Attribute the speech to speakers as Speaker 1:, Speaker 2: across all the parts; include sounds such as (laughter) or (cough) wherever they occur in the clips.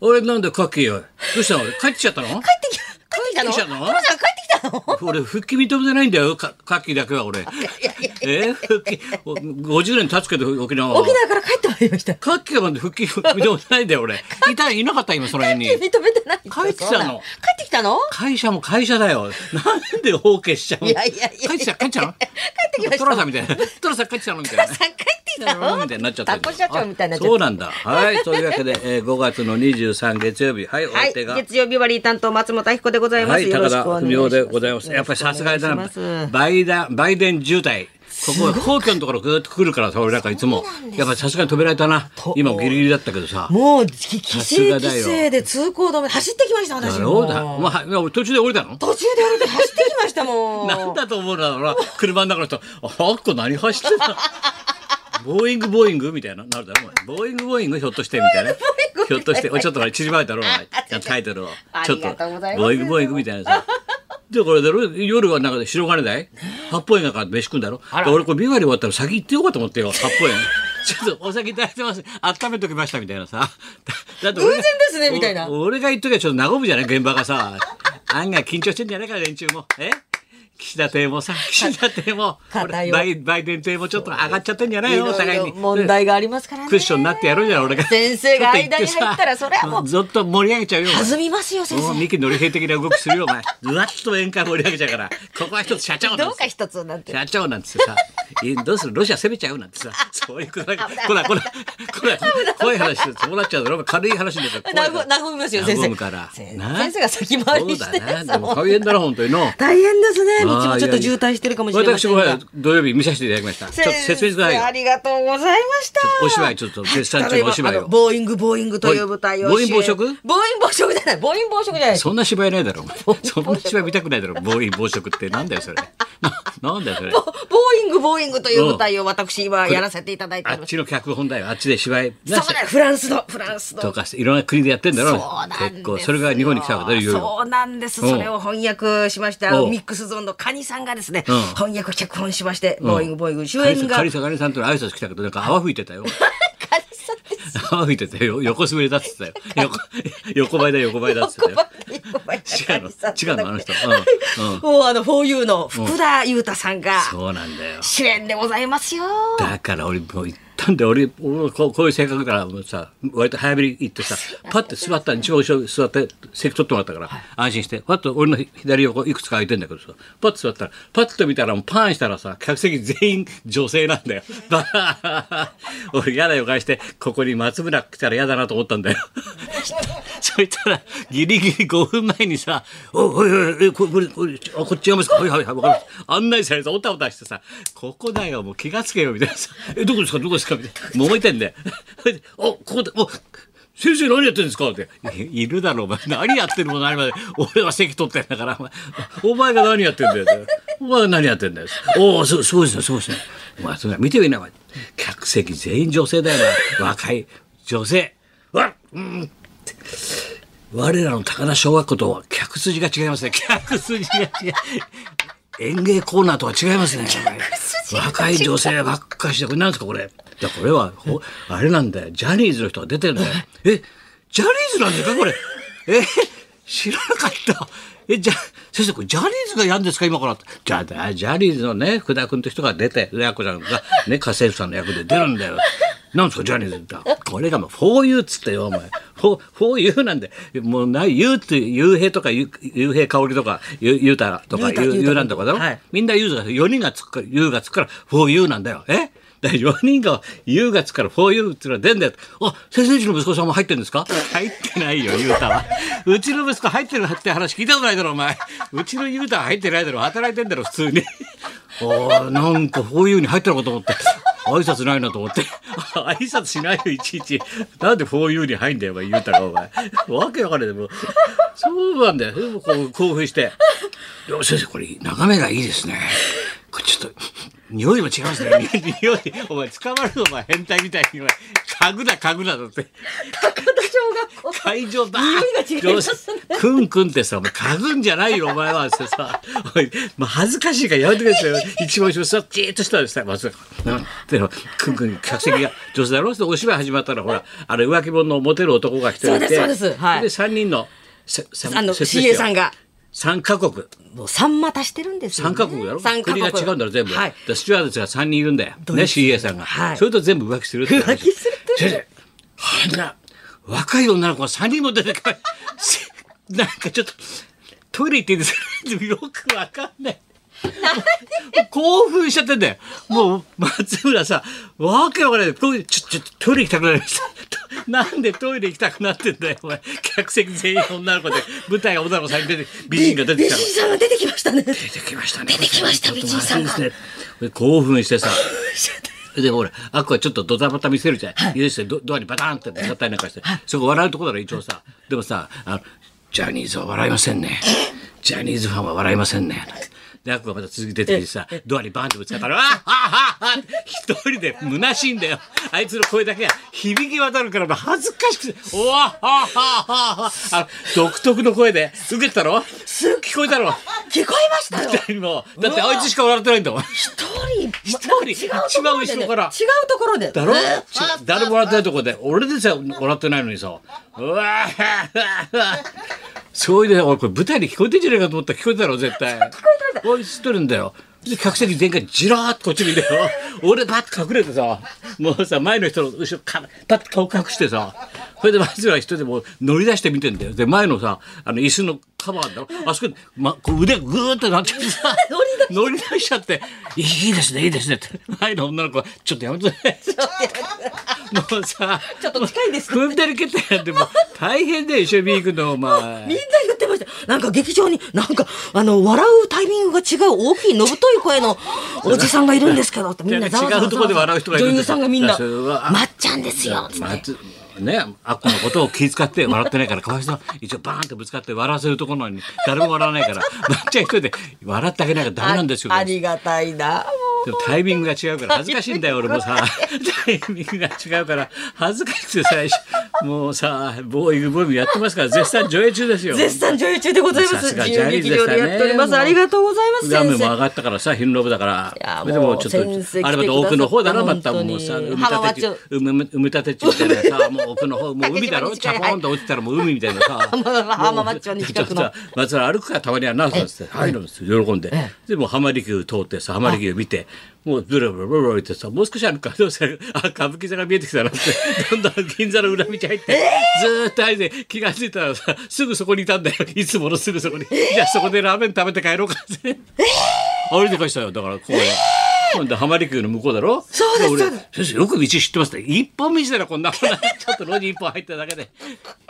Speaker 1: 俺なんでカッキーよどうしたの帰ってきちゃったの
Speaker 2: 帰ってき帰ってきたの
Speaker 1: 帰ってきたの
Speaker 2: トラちゃん帰ってきたの
Speaker 1: 俺復帰認めてないんだよカカッキーだけは俺えー復帰お50年経つけど沖縄は
Speaker 2: 沖縄から帰ってまいりました。
Speaker 1: カッキーまで復帰認めてないんだよ俺いたいなかった今その辺
Speaker 2: 認
Speaker 1: に
Speaker 2: (laughs) めてないよ
Speaker 1: 帰ってきたの
Speaker 2: そんな帰ってきたの
Speaker 1: 会社も会社だよなんで放棄しちゃうの
Speaker 2: いやいやいや
Speaker 1: 帰ってきた帰ってきたの
Speaker 2: 帰ってきました
Speaker 1: トラさんみたいなトラさん帰ってきたのみたいな
Speaker 2: さ帰ってきたの
Speaker 1: みたいになっちゃってる
Speaker 2: タコ社長みたいになっちゃってる
Speaker 1: そうなんだ
Speaker 2: (laughs)
Speaker 1: はいというわけで、えー、5月の23月曜日はい、お
Speaker 2: はい、
Speaker 1: 相手が
Speaker 2: 月曜日バリー担当松本彦でございます。
Speaker 1: はい、
Speaker 2: よろ
Speaker 1: 高
Speaker 2: しく
Speaker 1: 田
Speaker 2: お願いし
Speaker 1: 文
Speaker 2: ま
Speaker 1: 雄
Speaker 2: す
Speaker 1: でございます。やっぱりさすがだ
Speaker 2: よろ
Speaker 1: な
Speaker 2: しくお願いしま
Speaker 1: バイダン、バイデン渋滞。ここ、皇居のところぐーっと来るからさ、俺なんかいつも。やっぱりさすがに止められたな。今もギリギリだったけどさ
Speaker 2: す。もうき規
Speaker 1: さす
Speaker 2: 制
Speaker 1: がだよ
Speaker 2: 規制で通行止め走ってきました私
Speaker 1: だ
Speaker 2: も
Speaker 1: ろ
Speaker 2: う
Speaker 1: うだ。まあはい、俺途中で降りたの
Speaker 2: 途中で降りて走ってきましたもん
Speaker 1: なんだと思うなら、車の中の人、あっこ何走ってたボーイングボーイングみたいな、なるだろ、お前ボーイングボーイングひょっとしてみたいな。ひょっとして、おいちょっとこれ縮まれたろ、お前タイトルを。ちょっ
Speaker 2: ありがとうございます
Speaker 1: ボーイングボーイングみたいな
Speaker 2: (laughs)
Speaker 1: さ。で、これだろ、夜はなんか白金台八方園なんか飯食うんだろ。で俺これビワリ終わったら先行ってよかと思ってよ、八
Speaker 2: (laughs)
Speaker 1: 方園。ちょっとお酒いただいてます。温めときましたみたいなさ。だだって俺
Speaker 2: (laughs) 偶然ですねみたいな
Speaker 1: お俺が言っときゃちょっと和むじゃない現場がさ (laughs) 案外緊張してんじゃないから連中もえ岸田邸
Speaker 2: (laughs)
Speaker 1: もさ岸田邸も
Speaker 2: か
Speaker 1: 俺
Speaker 2: 硬いよ
Speaker 1: バイバイデン邸もちょっと上がっちゃってんじゃないのお
Speaker 2: い
Speaker 1: 互い
Speaker 2: ろい
Speaker 1: に
Speaker 2: ろ問題がありますからね
Speaker 1: クッションになってやるじゃん俺が
Speaker 2: 先生が間に入ったらそれはもう
Speaker 1: ずっと盛り上げちゃうよお前
Speaker 2: 弾みますよ先
Speaker 1: もう
Speaker 2: 生
Speaker 1: 三木のり平的な動きするよお前うわっと宴会盛り上げちゃうからここは一つ社長なん
Speaker 2: ど
Speaker 1: で
Speaker 2: う
Speaker 1: す
Speaker 2: か一つなんて
Speaker 1: 社長なんつってさいどうするロシア攻めちゃうなんてさそういうことだからこらこらこら怖い話してそうなっちゃうだろ軽い話になったら怖
Speaker 2: 和
Speaker 1: いから
Speaker 2: むますよ先生
Speaker 1: 和むから
Speaker 2: 先
Speaker 1: な
Speaker 2: 先生が先回りして
Speaker 1: そうだな。
Speaker 2: さ
Speaker 1: でも大変だな、本当にの。
Speaker 2: 大変ですね道
Speaker 1: あ
Speaker 2: も
Speaker 1: ー
Speaker 2: ちょっと渋滞してるかもしれま
Speaker 1: 私
Speaker 2: せん
Speaker 1: も
Speaker 2: が
Speaker 1: 土曜日見させていただきました。ちょっと説明してくだ
Speaker 2: 先生
Speaker 1: さ
Speaker 2: あ
Speaker 1: いよ。
Speaker 2: りがとうございました
Speaker 1: お芝居ちょっと絶賛中のお芝居
Speaker 2: あの
Speaker 1: を。
Speaker 2: ボーイングボーイングという舞台を
Speaker 1: ボーインボーイン
Speaker 2: 主演ボーインボーイ食じゃないボーインボーイ食じゃない
Speaker 1: そんな芝居ないだろ。お前そんな芝居見たくないだろ。暴飲暴食ってなんだよそれ。ななんだよそれ
Speaker 2: ボ。ボーイングボーイングという舞台を私今やらせていただいて
Speaker 1: あ
Speaker 2: おり
Speaker 1: っ
Speaker 2: ます
Speaker 1: ちの脚本だよ。あっちで芝居な
Speaker 2: そうだよフランスのフランスの
Speaker 1: とかしていろんな国でやってんだろ。
Speaker 2: そうなんですよ
Speaker 1: 結構それが日本に来たわけだろいろいろ。
Speaker 2: そうなんです
Speaker 1: うん
Speaker 2: それを翻訳しました
Speaker 1: うん
Speaker 2: ミックスゾーンのカニさんがですね、
Speaker 1: うん
Speaker 2: 翻訳脚本しまして、ボーイングボーイング主
Speaker 1: カリ
Speaker 2: 演
Speaker 1: サ
Speaker 2: が
Speaker 1: カ
Speaker 2: カ
Speaker 1: リ
Speaker 2: ニ
Speaker 1: サカリさんとの挨拶来たけどなんか泡吹いてたよ。
Speaker 2: さんです
Speaker 1: 泡吹いてたよ。横滑りだって言ってたよ。横 (laughs) 横ばいだ横ばいだって言ってたよ。違うの違うのあの人うん
Speaker 2: (laughs)
Speaker 1: うん
Speaker 2: もうあの 4U の福田裕太さんが
Speaker 1: そうなんだよ。
Speaker 2: 主演でございますよ
Speaker 1: だから俺もう言ったんで俺俺こうこういう性格だからもうさ割と早めに行ってさパッて座った一番後ろに座って席取ってもらったから、安心してパッと俺の左横いくつか空いてんだけどさパッと座ったらパッと見たらもうパンしたらさ客席全員女性なんだよ。 (laughs) バカ俺嫌な予感してここに松村来たら嫌だなと思ったんだよ。 (laughs) そしたらギリギリ5分前にさ「おおいおいおいここれこれあこっちやめますかはいはいはいわかりました」案内されておたおたしてさ「ここだよもう気がつけよ」みたいなさ「えどこですかどこですか」みたいな揉めてんで (laughs) 「それであここでお先生何やってるんですか?」って「いいるだろお前何やってるも何まで俺は席取ってんだからお前お前が何やってんだよって」お前が何やってんだよ」おおすすごいですねすごいですね」お前それ見てみなお前客席全員女性だよな若い女性わっ我らの高田小学校とは客筋が違いますね。客筋が違う。演芸コーナーとは違いますね。若い女性ばっかして、これなんですかこれ。いや、これは、ほあれなんだよ。ジャニーズの人が出てるんだよ。え、ジャニーズなんですかこれ。え、知らなかった。え、じゃ、先生、これジャニーズがやるんですか今からって。じゃあ、ジャニーズのね、福田君って人が出て、レア子ちゃんが、ね、家政婦さんの役で出るんだよ。なんですか、ジャニーズって。これがもう、4U っつってよ、お前。4- 4U なんで、もうない、U って、U 平とか、ゆゆうへいかおりとか、ゆゆうたらとか、
Speaker 2: ゆうた
Speaker 1: ゆ
Speaker 2: ゆうた
Speaker 1: ゆうなんとかだろ、
Speaker 2: はい
Speaker 1: みんな U が、4人がつくから、U がつくから、4U なんだよ。え (laughs) だ4人が U がつくから 4U っていうのは出んだよ。あ、先生うちの息子さんも入ってるんですか入ってないよ、ゆうたは。うちの息子入ってるって話聞いたことないだろ、お前。うちのゆうたは入ってないだろ、働いてんだろ、普通に。 (laughs) ああ、なんか 4U に入ってるのかと思って。挨拶ないなと思って (laughs) 挨拶しないよいちいちなんで 4U に入んだよお前言うたらお前わけわかんないでもうそうなんだよこう興奮して「いや先生これ眺めがいいですねこれちょっと、匂いも違いますね。 (laughs) 匂い、お前捕まるのお前変態みたいに、お前、家具だ、家具だだって。
Speaker 2: 高田小学校
Speaker 1: 会場だ
Speaker 2: 匂いが違いますね
Speaker 1: くんくんってさ、お前、かぐんじゃないよ、お前は。ってさ、おい、まあ、恥ずかしいからやめてくれってさ、一番後ろさ、じーっとしたらさ、松坂。うんで、くんくん、客席が、女性だろってお芝居始まったら、ほら、あれ、浮気者のモテる男が来ておいて。
Speaker 2: そうですそうですはい
Speaker 1: で、3人の、せせ
Speaker 2: あの
Speaker 1: 説明
Speaker 2: CA
Speaker 1: 書
Speaker 2: さんが
Speaker 1: 三カ国。
Speaker 2: もう三股してるんですよ、
Speaker 1: 三
Speaker 2: ね、
Speaker 1: カ国だろ
Speaker 2: 三カ国
Speaker 1: 国が違うんだろ全部、
Speaker 2: はい
Speaker 1: でスチュワーデスが3人いるんだよね CA さんが、
Speaker 2: はい
Speaker 1: それと全部浮気するっていう話
Speaker 2: 浮気するって
Speaker 1: 先生あんな若い女の子が3人も出てくる (laughs) せなんかちょっとトイレ行っていいですかよくわかんない興奮しちゃってんだよもう松村さわけわからないトイレちょちょトイレ行きたくなりました (laughs) となんでトイレ行きたくなってんだよお前客席全員女の子で舞台が女の子さんに出て美人が出てき
Speaker 2: 美
Speaker 1: た
Speaker 2: 人
Speaker 1: の
Speaker 2: さんが出てきましたね
Speaker 1: 出てきましたね。
Speaker 2: 出てきまし
Speaker 1: ちょ
Speaker 2: た
Speaker 1: っと
Speaker 2: 美人さんが
Speaker 1: まずいですね。興奮してさ。でほらあっこはちょっとドタバタ見せるじゃん、許してドドアにバタンってなったりなんかして、そこ笑うとこだろ一応さでもさあの「ジャニーズは笑いませんねジャニーズファンは笑いませんね」であっこがまた続き出てきてさドアにバンってぶつかったら「わああああ一人で虚しいんだよあいつの声だけが響き渡るからもう恥ずかしくて「おわはあはあはああの独特の声で受けてたろ聞こえたろ
Speaker 2: 聞こえましたよ
Speaker 1: 誰もだってあいつしか笑ってないんだもん
Speaker 2: 一人一
Speaker 1: 人
Speaker 2: 違うところで、ね、
Speaker 1: 一番後ろから
Speaker 2: 違うところで
Speaker 1: だろ、
Speaker 2: えー
Speaker 1: ち誰も笑ってないとこで俺でさえ笑ってないのにさうわー (laughs) そういうね俺これ舞台に聞こえてんじゃないかと思ったら聞こえたろ絶対聞こえた俺知ってるんだよで客席全開じらーっとこっち見てよ俺パッと隠れてさもうさ前の人の後ろからパッと顔隠してさそれで松浦は一人でもう乗り出して見てんだよで前のさあの椅子のカバーだろあそこに、ま、こう腕がグーってなっちゃってさ (laughs) 乗り出しちゃって「いいですねいいですね」って前の女の子は「ちょっとやめてくれ」もうさ、
Speaker 2: ちょっと近いですね
Speaker 1: 踏んでるけたなんてもう大変だよ、一緒に行くの、お
Speaker 2: みん
Speaker 1: 前。
Speaker 2: な言ってましたなんか劇場になんかあの笑うタイミングが違う大きいのぶとい声のおじさんがいるんですけどってみんなざわざわ
Speaker 1: 違うところで笑う人がいるん
Speaker 2: 女優
Speaker 1: です
Speaker 2: さ
Speaker 1: よ
Speaker 2: んがみんな
Speaker 1: それは
Speaker 2: まっちゃんですよつって
Speaker 1: 松ね、あっこのことを気遣って笑ってないから、かわいそう。一応バーンってぶつかって笑わせるところなのに、誰も笑わないから、まっちゃん一人で笑ってあげないからダメなんですよ。
Speaker 2: あありがたいなもう
Speaker 1: でもタイミングが違うから恥ずかしいんだよ俺もさタイミングが違うから恥ずかしくて最初もうさボーイングボーイングやってますから絶賛上映中ですよ
Speaker 2: 絶賛女優中でございま
Speaker 1: さ
Speaker 2: す
Speaker 1: すが
Speaker 2: 自
Speaker 1: ジャ
Speaker 2: 由
Speaker 1: ニーズ
Speaker 2: 劇
Speaker 1: でし
Speaker 2: 場
Speaker 1: た
Speaker 2: で
Speaker 1: ね
Speaker 2: やっておりますありがとうございます
Speaker 1: ラムも
Speaker 2: 先
Speaker 1: 上
Speaker 2: 生
Speaker 1: がったからさ、昼の部だから。
Speaker 2: いやもう
Speaker 1: でもちょっ
Speaker 2: 先生来て
Speaker 1: と、あれまた奥の方だな、
Speaker 2: くだ
Speaker 1: ま
Speaker 2: さったた
Speaker 1: もうさ、埋め
Speaker 2: 本当
Speaker 1: 立
Speaker 2: に
Speaker 1: て地、埋め埋め立て地みたい
Speaker 2: (laughs)
Speaker 1: なさ、もう奥の方、もう海だろ、
Speaker 2: 竹
Speaker 1: チ
Speaker 2: 島に近い
Speaker 1: ャポンと落ちたらもう海みたいなさ。
Speaker 2: 浜松町
Speaker 1: ち
Speaker 2: に
Speaker 1: ょ
Speaker 2: 近
Speaker 1: っと
Speaker 2: くの
Speaker 1: さ、松原歩くからたまにはな、そうですって、入るんですよ、喜んで
Speaker 2: え。
Speaker 1: で、もう浜離宮通ってさ、浜離宮見て、もうブルブルブルブルってさ、もう少し歩くから、どうせあ、歌舞伎座が見えてきたな
Speaker 2: (laughs)
Speaker 1: って、どんどん銀座の裏道入って、ずーっと入って、気がついたらさ、すぐそこにいたんだよ、いつものすぐそこに。じゃあそこでラーメン食べて帰ろうかって。歩いて返したよだからここへ。今度浜離宮の向こうだろ
Speaker 2: そうです
Speaker 1: 俺
Speaker 2: そうで
Speaker 1: 先生よく道知ってますね一本道だらこんな (laughs) もんなちょっと路地一本入っただけで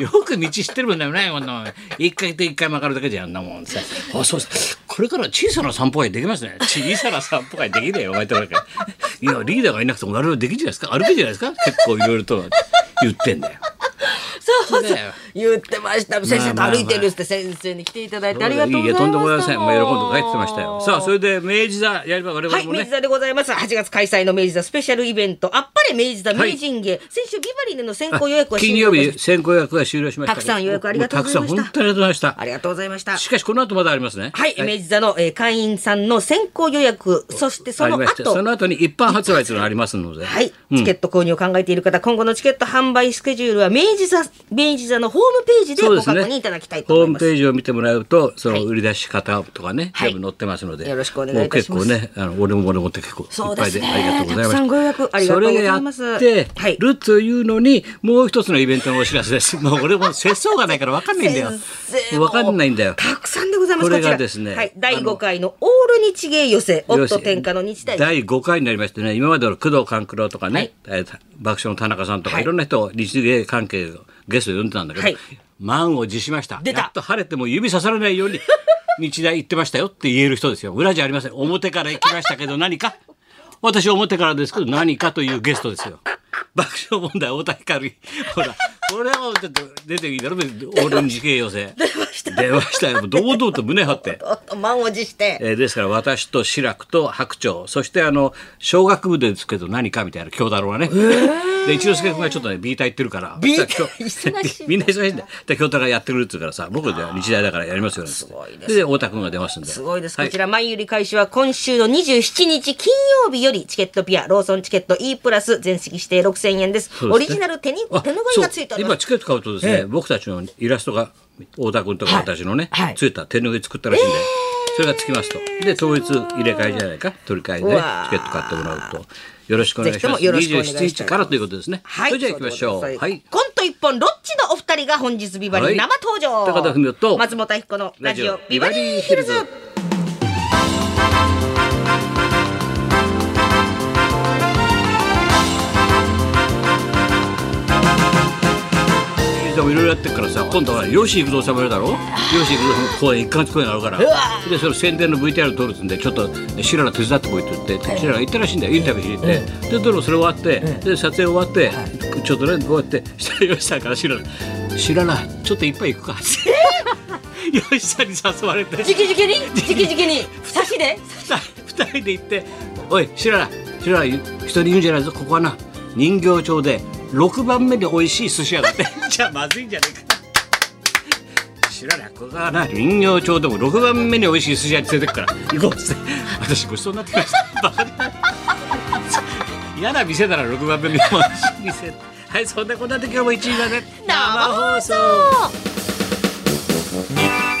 Speaker 1: よく道知ってるもんだよねこんなもん一回で一回曲がるだけじゃんあんなもんさあそうですこれから小さな散歩会できますね小さな散歩会できねえよお前となんかいやリーダーがいなくても我々できるじゃないですか歩けじゃないですか結構いろいろと言ってんだよ
Speaker 2: そうそう
Speaker 1: だよ
Speaker 2: 言ってました先生と歩いてるっつって先生に来ていただいてありがとうございま
Speaker 1: や
Speaker 2: す
Speaker 1: とんでもございませんもう喜んで帰ってましたよさあそれで明治座やれば我
Speaker 2: は
Speaker 1: 々
Speaker 2: い、
Speaker 1: も
Speaker 2: 明
Speaker 1: ね
Speaker 2: 治座でございます。8月開催の明治座スペシャルイベント、あっぱれ明治座
Speaker 1: はい
Speaker 2: 名人芸。先週ビバリーでの先行予約は
Speaker 1: 金
Speaker 2: 終
Speaker 1: 曜
Speaker 2: 了で
Speaker 1: 日
Speaker 2: す。
Speaker 1: 先行予約が終了しました
Speaker 2: たくさん予約ありがとうございました
Speaker 1: もうたくさん本当にありがとうございました
Speaker 2: ありがとうございました。
Speaker 1: しかしこの後まだありますね
Speaker 2: はい、明治座の、えー会員さんの先行予約、そしてそ
Speaker 1: あり
Speaker 2: の
Speaker 1: ましてそ
Speaker 2: 後。
Speaker 1: の後に一般発売というのがありますので
Speaker 2: はい、チケット購入を考えている方、今後のチケット販売スケジュールは明治座、明治座のホームページで
Speaker 1: そう
Speaker 2: ご
Speaker 1: です
Speaker 2: 確
Speaker 1: ね
Speaker 2: 認いただきたいと
Speaker 1: ホー
Speaker 2: 思い
Speaker 1: ム
Speaker 2: ます。
Speaker 1: ページを見てもらうとそ
Speaker 2: はい
Speaker 1: の売り出し方とかね
Speaker 2: はい
Speaker 1: 全部載ってますので
Speaker 2: よろしくお願いいたしま
Speaker 1: も
Speaker 2: す
Speaker 1: う結構ねあの俺も俺もって結構い
Speaker 2: そう
Speaker 1: っ
Speaker 2: で
Speaker 1: ぱい
Speaker 2: す
Speaker 1: で
Speaker 2: ね
Speaker 1: ありがとうございました
Speaker 2: たくさんご予約ありがとうございます
Speaker 1: それをやって
Speaker 2: はい
Speaker 1: るというのにもう一つのイベントのお知らせですもう俺も節操がないから分かんないんだよ
Speaker 2: 先生も
Speaker 1: 分かんないんだよ
Speaker 2: たくさんでございま
Speaker 1: こ
Speaker 2: す。
Speaker 1: れ
Speaker 2: ちら
Speaker 1: がですね
Speaker 2: はい、
Speaker 1: あ
Speaker 2: 第
Speaker 1: の
Speaker 2: 5回のオール日芸寄せ、
Speaker 1: よし
Speaker 2: 夫天下の日大。
Speaker 1: 第5回になりましてね今までの工藤官九郎とかね、えー爆笑の田中さんとか、
Speaker 2: はい
Speaker 1: い、ろんな人を日芸関係のゲストを呼んでたんだけど、
Speaker 2: はい
Speaker 1: 満を持しました
Speaker 2: 出た
Speaker 1: やっと晴れても指さされない
Speaker 2: (laughs)
Speaker 1: ように日大行ってましたよって言える人ですよ裏じゃありません表から行きましたけど何か私表からですけど何かというゲストですよ爆
Speaker 2: (laughs)
Speaker 1: 笑問題太田光ほらこれはちょっと出ていいだろ別に俺の日芸寄せ
Speaker 2: した
Speaker 1: 電話したよもう堂々と胸張って。
Speaker 2: おっと満を持して
Speaker 1: えーですから私と志らくと白鳥そしてあの小学部ですけど何かみたいな京太郎がね、 (laughs) で一之輔君がちょっとね B 隊行ってるから
Speaker 2: ビ
Speaker 1: (laughs)
Speaker 2: ータ
Speaker 1: そしたら今日
Speaker 2: 忙しい
Speaker 1: みんな忙しいんだで京太郎がやってくるって言うからさ僕じゃあ日大だからやりますよねす
Speaker 2: ごいです
Speaker 1: で太田君が出ますんです
Speaker 2: ごいです。
Speaker 1: は
Speaker 2: こちら、前売り開始は今週の27日金曜日より、チケットピア、ローソンチケット E プラス、全席指定6000円です。
Speaker 1: そう
Speaker 2: オ
Speaker 1: で
Speaker 2: リ
Speaker 1: すね
Speaker 2: ジナル手に、
Speaker 1: あ
Speaker 2: 手ぬぐいがついており
Speaker 1: そう今
Speaker 2: ます。
Speaker 1: チケット買うとですね、僕たちのイラストが太田君とか
Speaker 2: はい
Speaker 1: 私のね、
Speaker 2: はい
Speaker 1: ついた手拭い作ったらしいんで、それがつきますとで当日入れ替えじゃないか取り替えで
Speaker 2: う
Speaker 1: ね
Speaker 2: わ
Speaker 1: チ
Speaker 2: ー
Speaker 1: ケット買ってもらうとよろしくお願いしま
Speaker 2: ぜひとも
Speaker 1: す
Speaker 2: よろしくお願いします
Speaker 1: 27日からということですね、それじゃあ行きましょう
Speaker 2: そうでござ
Speaker 1: はいい
Speaker 2: ますコント一本、ロッチのお二人が本日ビバリー生登場。
Speaker 1: はい高田文夫と
Speaker 2: 松本彦のラジオ、ビバリーヒルズ。
Speaker 1: でもいろいろやってるからさ今度は吉幾三さんもやるだろ吉幾三さんの公演1ヶ月公演あるからでそれ宣伝の VTR 撮るっつうんでちょっとシララ手伝ってこいって言ってシララ行ったらしいんだよインタビューしに行ってでどれもそれ終わってで撮影終わってちょっとねこうやってしたら吉さんからシララ「シララちょっといっぱい行くか」って吉さんに誘われて
Speaker 2: じきじきに、じきじきに、差しで。
Speaker 1: 二人二人で行って「おいシララシララ一人言うんじゃないぞここはな人形町で6番目で美味しい寿司屋だ」って (laughs) じゃあまずいんじゃねえかシララここはな人形町でも6番目に美味しい寿司屋に連れてくから行こうっつって私ごちそうになってきましたバカだ嫌な店なら6番目に美味しい店はいそんなこんなで今日も1位だね
Speaker 2: 生
Speaker 1: 放送
Speaker 2: そう